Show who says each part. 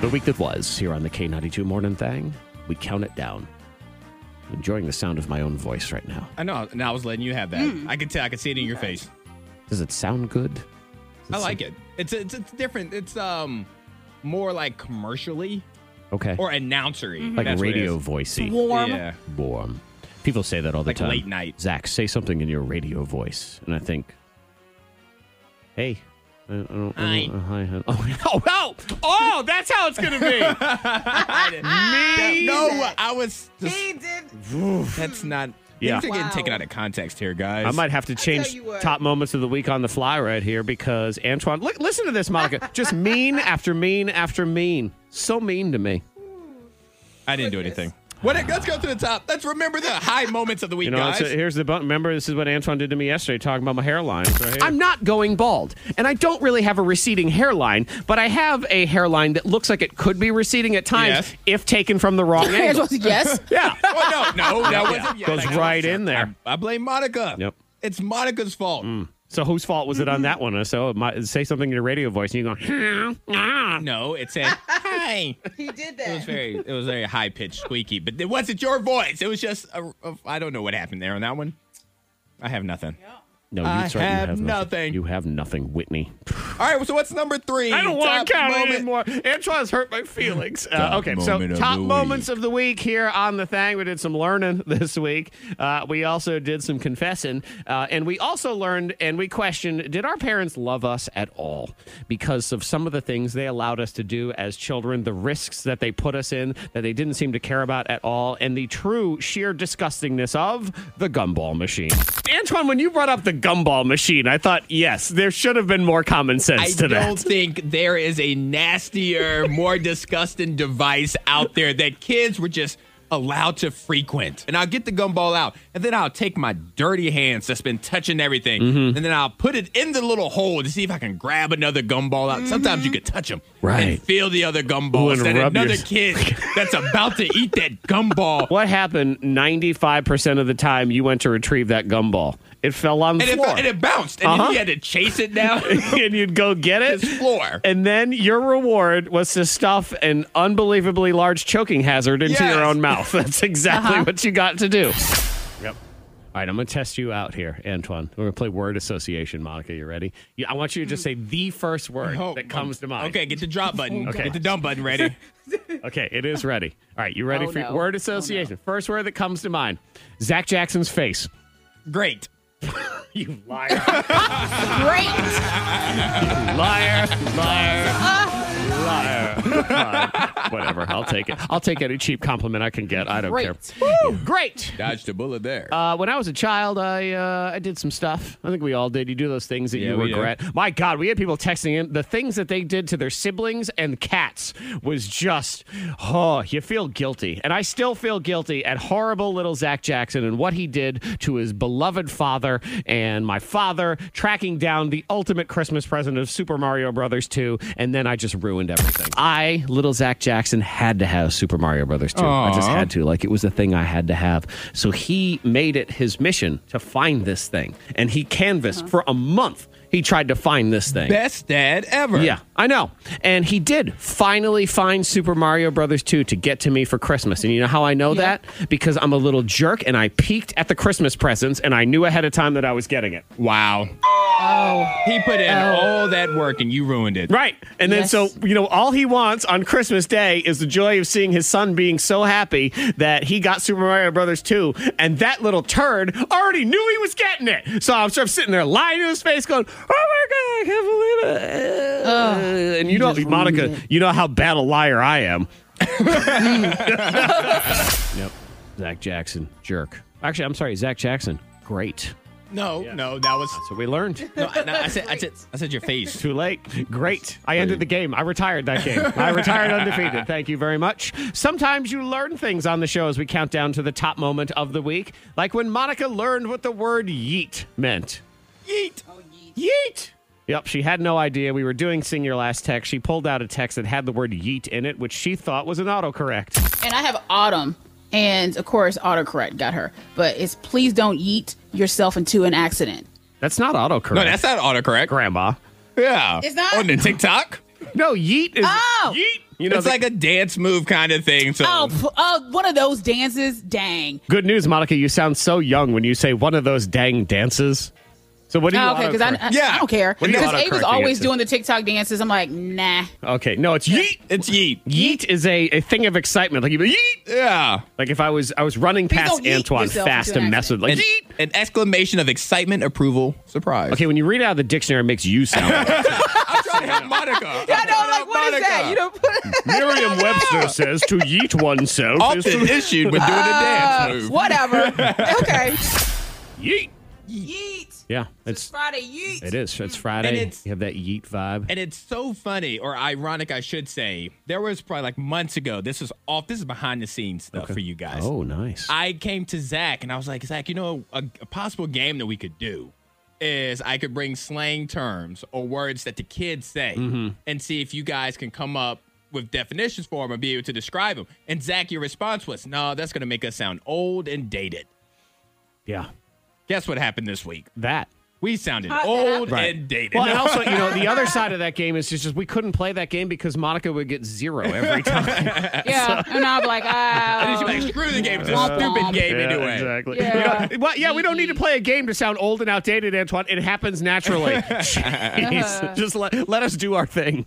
Speaker 1: The week that was here on the K92 Morning Thing, we count it down. Enjoying the sound of my own voice right now.
Speaker 2: I know. Now I was letting you have that. I could tell. I could see it in your face.
Speaker 1: Does it sound good? Does
Speaker 2: I
Speaker 1: sound-
Speaker 2: like it. It's, it's it's different. It's um more like commercially
Speaker 1: Okay.
Speaker 2: or announcery.
Speaker 1: like
Speaker 2: That's what it
Speaker 1: radio
Speaker 2: is.
Speaker 1: voicey.
Speaker 3: Warm.
Speaker 2: Yeah.
Speaker 1: Warm. People say that all the
Speaker 2: Like
Speaker 1: time.
Speaker 2: late night.
Speaker 1: Zach, say something in your radio voice. And I think, hey. I I don't, I don't, uh, hi. hi. Oh, oh, oh, oh, that's how it's going to be.
Speaker 2: No, I was. Just,
Speaker 3: He did.
Speaker 2: that's not.
Speaker 1: Yeah.
Speaker 2: Things are getting
Speaker 3: Wow.
Speaker 2: taken out of context here, guys.
Speaker 1: I might have to change
Speaker 3: you what.
Speaker 1: top moments of the week on the fly right here because Antoine, look, listen to this, Monica. Just mean after mean after mean. So mean to me.
Speaker 2: I didn't do anything. What? Let's go to the top. Let's remember the high moments of the week,
Speaker 1: You know,
Speaker 2: guys.
Speaker 1: it's a- here's the button. Remember, this is what Antoine did to me yesterday, talking about my hairline. It's right here. I'm not going bald, and I don't really have a receding hairline, but I have a hairline that looks like it could be receding at times
Speaker 2: Yes.
Speaker 1: if taken from the wrong angle.
Speaker 3: yes.
Speaker 1: yeah.
Speaker 2: oh, no, no, that wasn't.
Speaker 1: Goes
Speaker 2: yeah,
Speaker 1: right in there.
Speaker 2: I, I blame Monica.
Speaker 1: Yep. Mm.
Speaker 2: It's Monica's fault.
Speaker 1: So whose fault was it on that one? Uh, So it might, say something in your radio voice, and you go, "Hmm, ah."
Speaker 2: No, it said hi.
Speaker 3: He did
Speaker 2: It was
Speaker 3: that.
Speaker 2: very, it was very high pitched, squeaky, but it wasn't your voice. It was just, a, a, I don't know what happened there on that one. I have nothing.
Speaker 1: no,
Speaker 2: I
Speaker 1: that's right, you
Speaker 2: have nothing.
Speaker 1: You have nothing, Whitney.
Speaker 2: All right, so what's number three?
Speaker 1: I don't want to
Speaker 2: Top
Speaker 1: count it
Speaker 2: moment.
Speaker 1: anymore. Antoine's hurt my feelings. Uh,
Speaker 2: Top
Speaker 1: okay, so
Speaker 2: moment of
Speaker 1: top
Speaker 2: the
Speaker 1: moments
Speaker 2: week.
Speaker 1: of the week here on the thing. We did some learning this week. Uh, we also did some confessing, uh, and we also learned and we questioned: Did our parents love us at all because of some of the things they allowed us to do as children? The risks that they put us in that they didn't seem to care about at all, and the true sheer disgustingness of the gumball machine. Antoine, when you brought up the gumball machine, I thought, yes, there should have been more common
Speaker 2: I
Speaker 1: sense to
Speaker 2: don't
Speaker 1: that.
Speaker 2: think there is a nastier, more disgusting device out there that kids were just allowed to frequent. And I'll get the gumball out, and then I'll take my dirty hands that's been touching everything,
Speaker 1: Mm-hmm.
Speaker 2: and then I'll put it in the little hole to see if I can grab another gumball out. Sometimes you could touch them
Speaker 1: Right.
Speaker 2: and feel the other gumballs
Speaker 1: and
Speaker 2: that
Speaker 1: rub
Speaker 2: another
Speaker 1: yours.
Speaker 2: kid that's about to eat that gumball.
Speaker 1: What happened 95% of the time you went to retrieve that gumball? It fell on the
Speaker 2: And it,
Speaker 1: floor.
Speaker 2: and it bounced, and
Speaker 1: Uh-huh.
Speaker 2: then you had to chase it down.
Speaker 1: and you'd go get it.
Speaker 2: It's floor.
Speaker 1: And then your reward was to stuff an unbelievably large choking hazard into
Speaker 2: Yes.
Speaker 1: your own mouth. That's exactly
Speaker 3: Uh-huh.
Speaker 1: what you got to do. Yep. All right, I'm going to test you out here, Antoine. We're going to play word association, Monica. You ready? Yeah, I want you to just say the first word
Speaker 2: Oh,
Speaker 1: that comes to mind.
Speaker 2: Okay, get the drop button.
Speaker 1: Okay.
Speaker 2: Get the dump button ready.
Speaker 1: Okay, it is ready. All right, you ready
Speaker 3: Oh,
Speaker 1: for your
Speaker 3: no.
Speaker 1: word association? First word that comes to mind Zach Jackson's face.
Speaker 2: Great.
Speaker 1: You liar.
Speaker 3: Great.
Speaker 1: liar, liar, liar. Fine. Whatever, I'll take it. I'll take any cheap compliment I can get. I don't
Speaker 3: Great.
Speaker 1: care. Great.
Speaker 2: Dodged a bullet there.
Speaker 1: Uh, when I was a child, I uh, I did some stuff. I think we all did. You do those things that
Speaker 2: Yeah,
Speaker 1: you
Speaker 2: we did.
Speaker 1: regret. My God, we had people texting in the things that they did to their siblings and cats was just oh, you feel guilty, and I still feel guilty at horrible little Zach Jackson and what he did to his beloved father and my father tracking down the ultimate Christmas present of Super Mario Brothers 2, and then I just ruined everything. I little Zach Jackson had to have Super Mario Brothers 2. I just had to. Like, it was a thing I had to have. So he made it his mission to find this thing. And he canvassed for a month. He tried to find this thing.
Speaker 2: Best dad ever.
Speaker 1: Yeah, I know. And he did finally find Super Mario Brothers 2 to get to me for Christmas. And you know how I know that? Because I'm a little jerk and I peeked at the Christmas presents and I knew ahead of time that I was getting it.
Speaker 2: Wow.
Speaker 3: Oh.
Speaker 2: He put in all that work and you ruined it.
Speaker 1: Right. And
Speaker 3: Yes.
Speaker 1: then so, you know, all he wants on Christmas Day is the joy of seeing his son being so happy that he got Super Mario Brothers 2 and that little turd already knew he was getting it. So I'm sort of sitting there lying to his face going, "Oh my god, I can't believe it." and you know
Speaker 3: just
Speaker 1: Monica,
Speaker 3: ruined it.
Speaker 1: you know how bad a liar I am. nope. Zach Jackson, jerk. Actually, I'm sorry, Zach Jackson. Great.
Speaker 2: No, no, that was.
Speaker 1: So we learned.
Speaker 2: No, I, no, I said, I said, I said your face.
Speaker 1: Too late. Great. I ended the game. I retired that game. I retired undefeated. Thank you very much. Sometimes you learn things on the show as we count down to the top moment of the week, like when Monica learned what the word yeet meant.
Speaker 2: Yeet.
Speaker 1: Yeet! Yep, she had no idea. We were doing Sing Your Last Text. She pulled out a text that had the word yeet in it, which she thought was an autocorrect.
Speaker 3: And I have autumn. And of course, autocorrect got her. But it's please don't yeet yourself into an accident.
Speaker 1: That's not autocorrect.
Speaker 2: No, that's not autocorrect.
Speaker 1: grandma.
Speaker 2: Yeah.
Speaker 3: It's not?
Speaker 2: On the TikTok?
Speaker 1: No, yeet is
Speaker 3: Oh!
Speaker 1: yeet. You know,
Speaker 2: it's
Speaker 1: the-
Speaker 2: like a dance move kind of thing. So
Speaker 3: Oh, p- oh, one of those dances. Dang.
Speaker 1: Good news, Monica. You sound so young when you say one of those dang dances. So what do you?
Speaker 3: Oh, okay, because I, I,
Speaker 2: Yeah.
Speaker 3: I don't care.
Speaker 1: What do you
Speaker 3: Because
Speaker 1: autocorrect
Speaker 3: Ava's always
Speaker 1: dances?
Speaker 3: doing the TikTok dances. I'm like, nah.
Speaker 1: okay, no, it's yeet.
Speaker 2: it's yeet.
Speaker 1: Yeet is a, a thing of excitement. Like you go, yeet.
Speaker 2: Yeah.
Speaker 1: Like if I was I was running past
Speaker 3: don't yeet
Speaker 1: Antoine
Speaker 3: yourself
Speaker 1: fast
Speaker 3: into an
Speaker 1: and mess with like
Speaker 2: An,
Speaker 1: yeet.
Speaker 2: an exclamation of excitement, approval, surprise.
Speaker 1: Okay, when you read it out of the dictionary, it makes you sound. like it.
Speaker 2: I'm trying to help Monica. I'm trying
Speaker 3: I
Speaker 2: to
Speaker 3: know, like,
Speaker 2: help
Speaker 3: what is that?
Speaker 2: Monica.
Speaker 3: You don't put
Speaker 1: Merriam-Webster says to yeet oneself is to
Speaker 2: Often issued with doing a
Speaker 3: Uh,
Speaker 2: dance move.
Speaker 3: whatever. okay.
Speaker 1: yeet.
Speaker 3: Yeet.
Speaker 1: Yeah,
Speaker 3: It's
Speaker 1: it's
Speaker 3: Friday. Yeet.
Speaker 1: it is. It's Friday.
Speaker 2: And it's-
Speaker 1: you have that yeet vibe.
Speaker 2: And it's so funny, or ironic, I should say. There was probably like months ago. This is off. This is behind the scenes stuff for you guys.
Speaker 1: Oh, nice.
Speaker 2: I came to Zach and I was like, Zach, you know, a, a possible game that we could do is I could bring slang terms or words that the kids say
Speaker 1: Mm-hmm.
Speaker 2: and see if you guys can come up with definitions for them and be able to describe them. And Zach, your response was, no, that's going to make us sound old and dated.
Speaker 1: yeah,
Speaker 2: Guess what happened this week?
Speaker 1: that.
Speaker 2: We sounded
Speaker 3: How's that
Speaker 2: old
Speaker 3: happen?
Speaker 1: Right.
Speaker 2: and dated.
Speaker 1: Well, and also, you know, the other side of that game is just, just we couldn't play that game because Monica would get zero every time.
Speaker 3: Yeah. And I'm like,
Speaker 2: And she's
Speaker 3: ah.
Speaker 2: like, screw the game. It's a stupid game anyway.
Speaker 1: exactly.
Speaker 3: Yeah.
Speaker 1: You know, well, yeah, we don't need to play a game to sound old and outdated, Antoine. It happens naturally. Jeez. Just let, let us do our thing.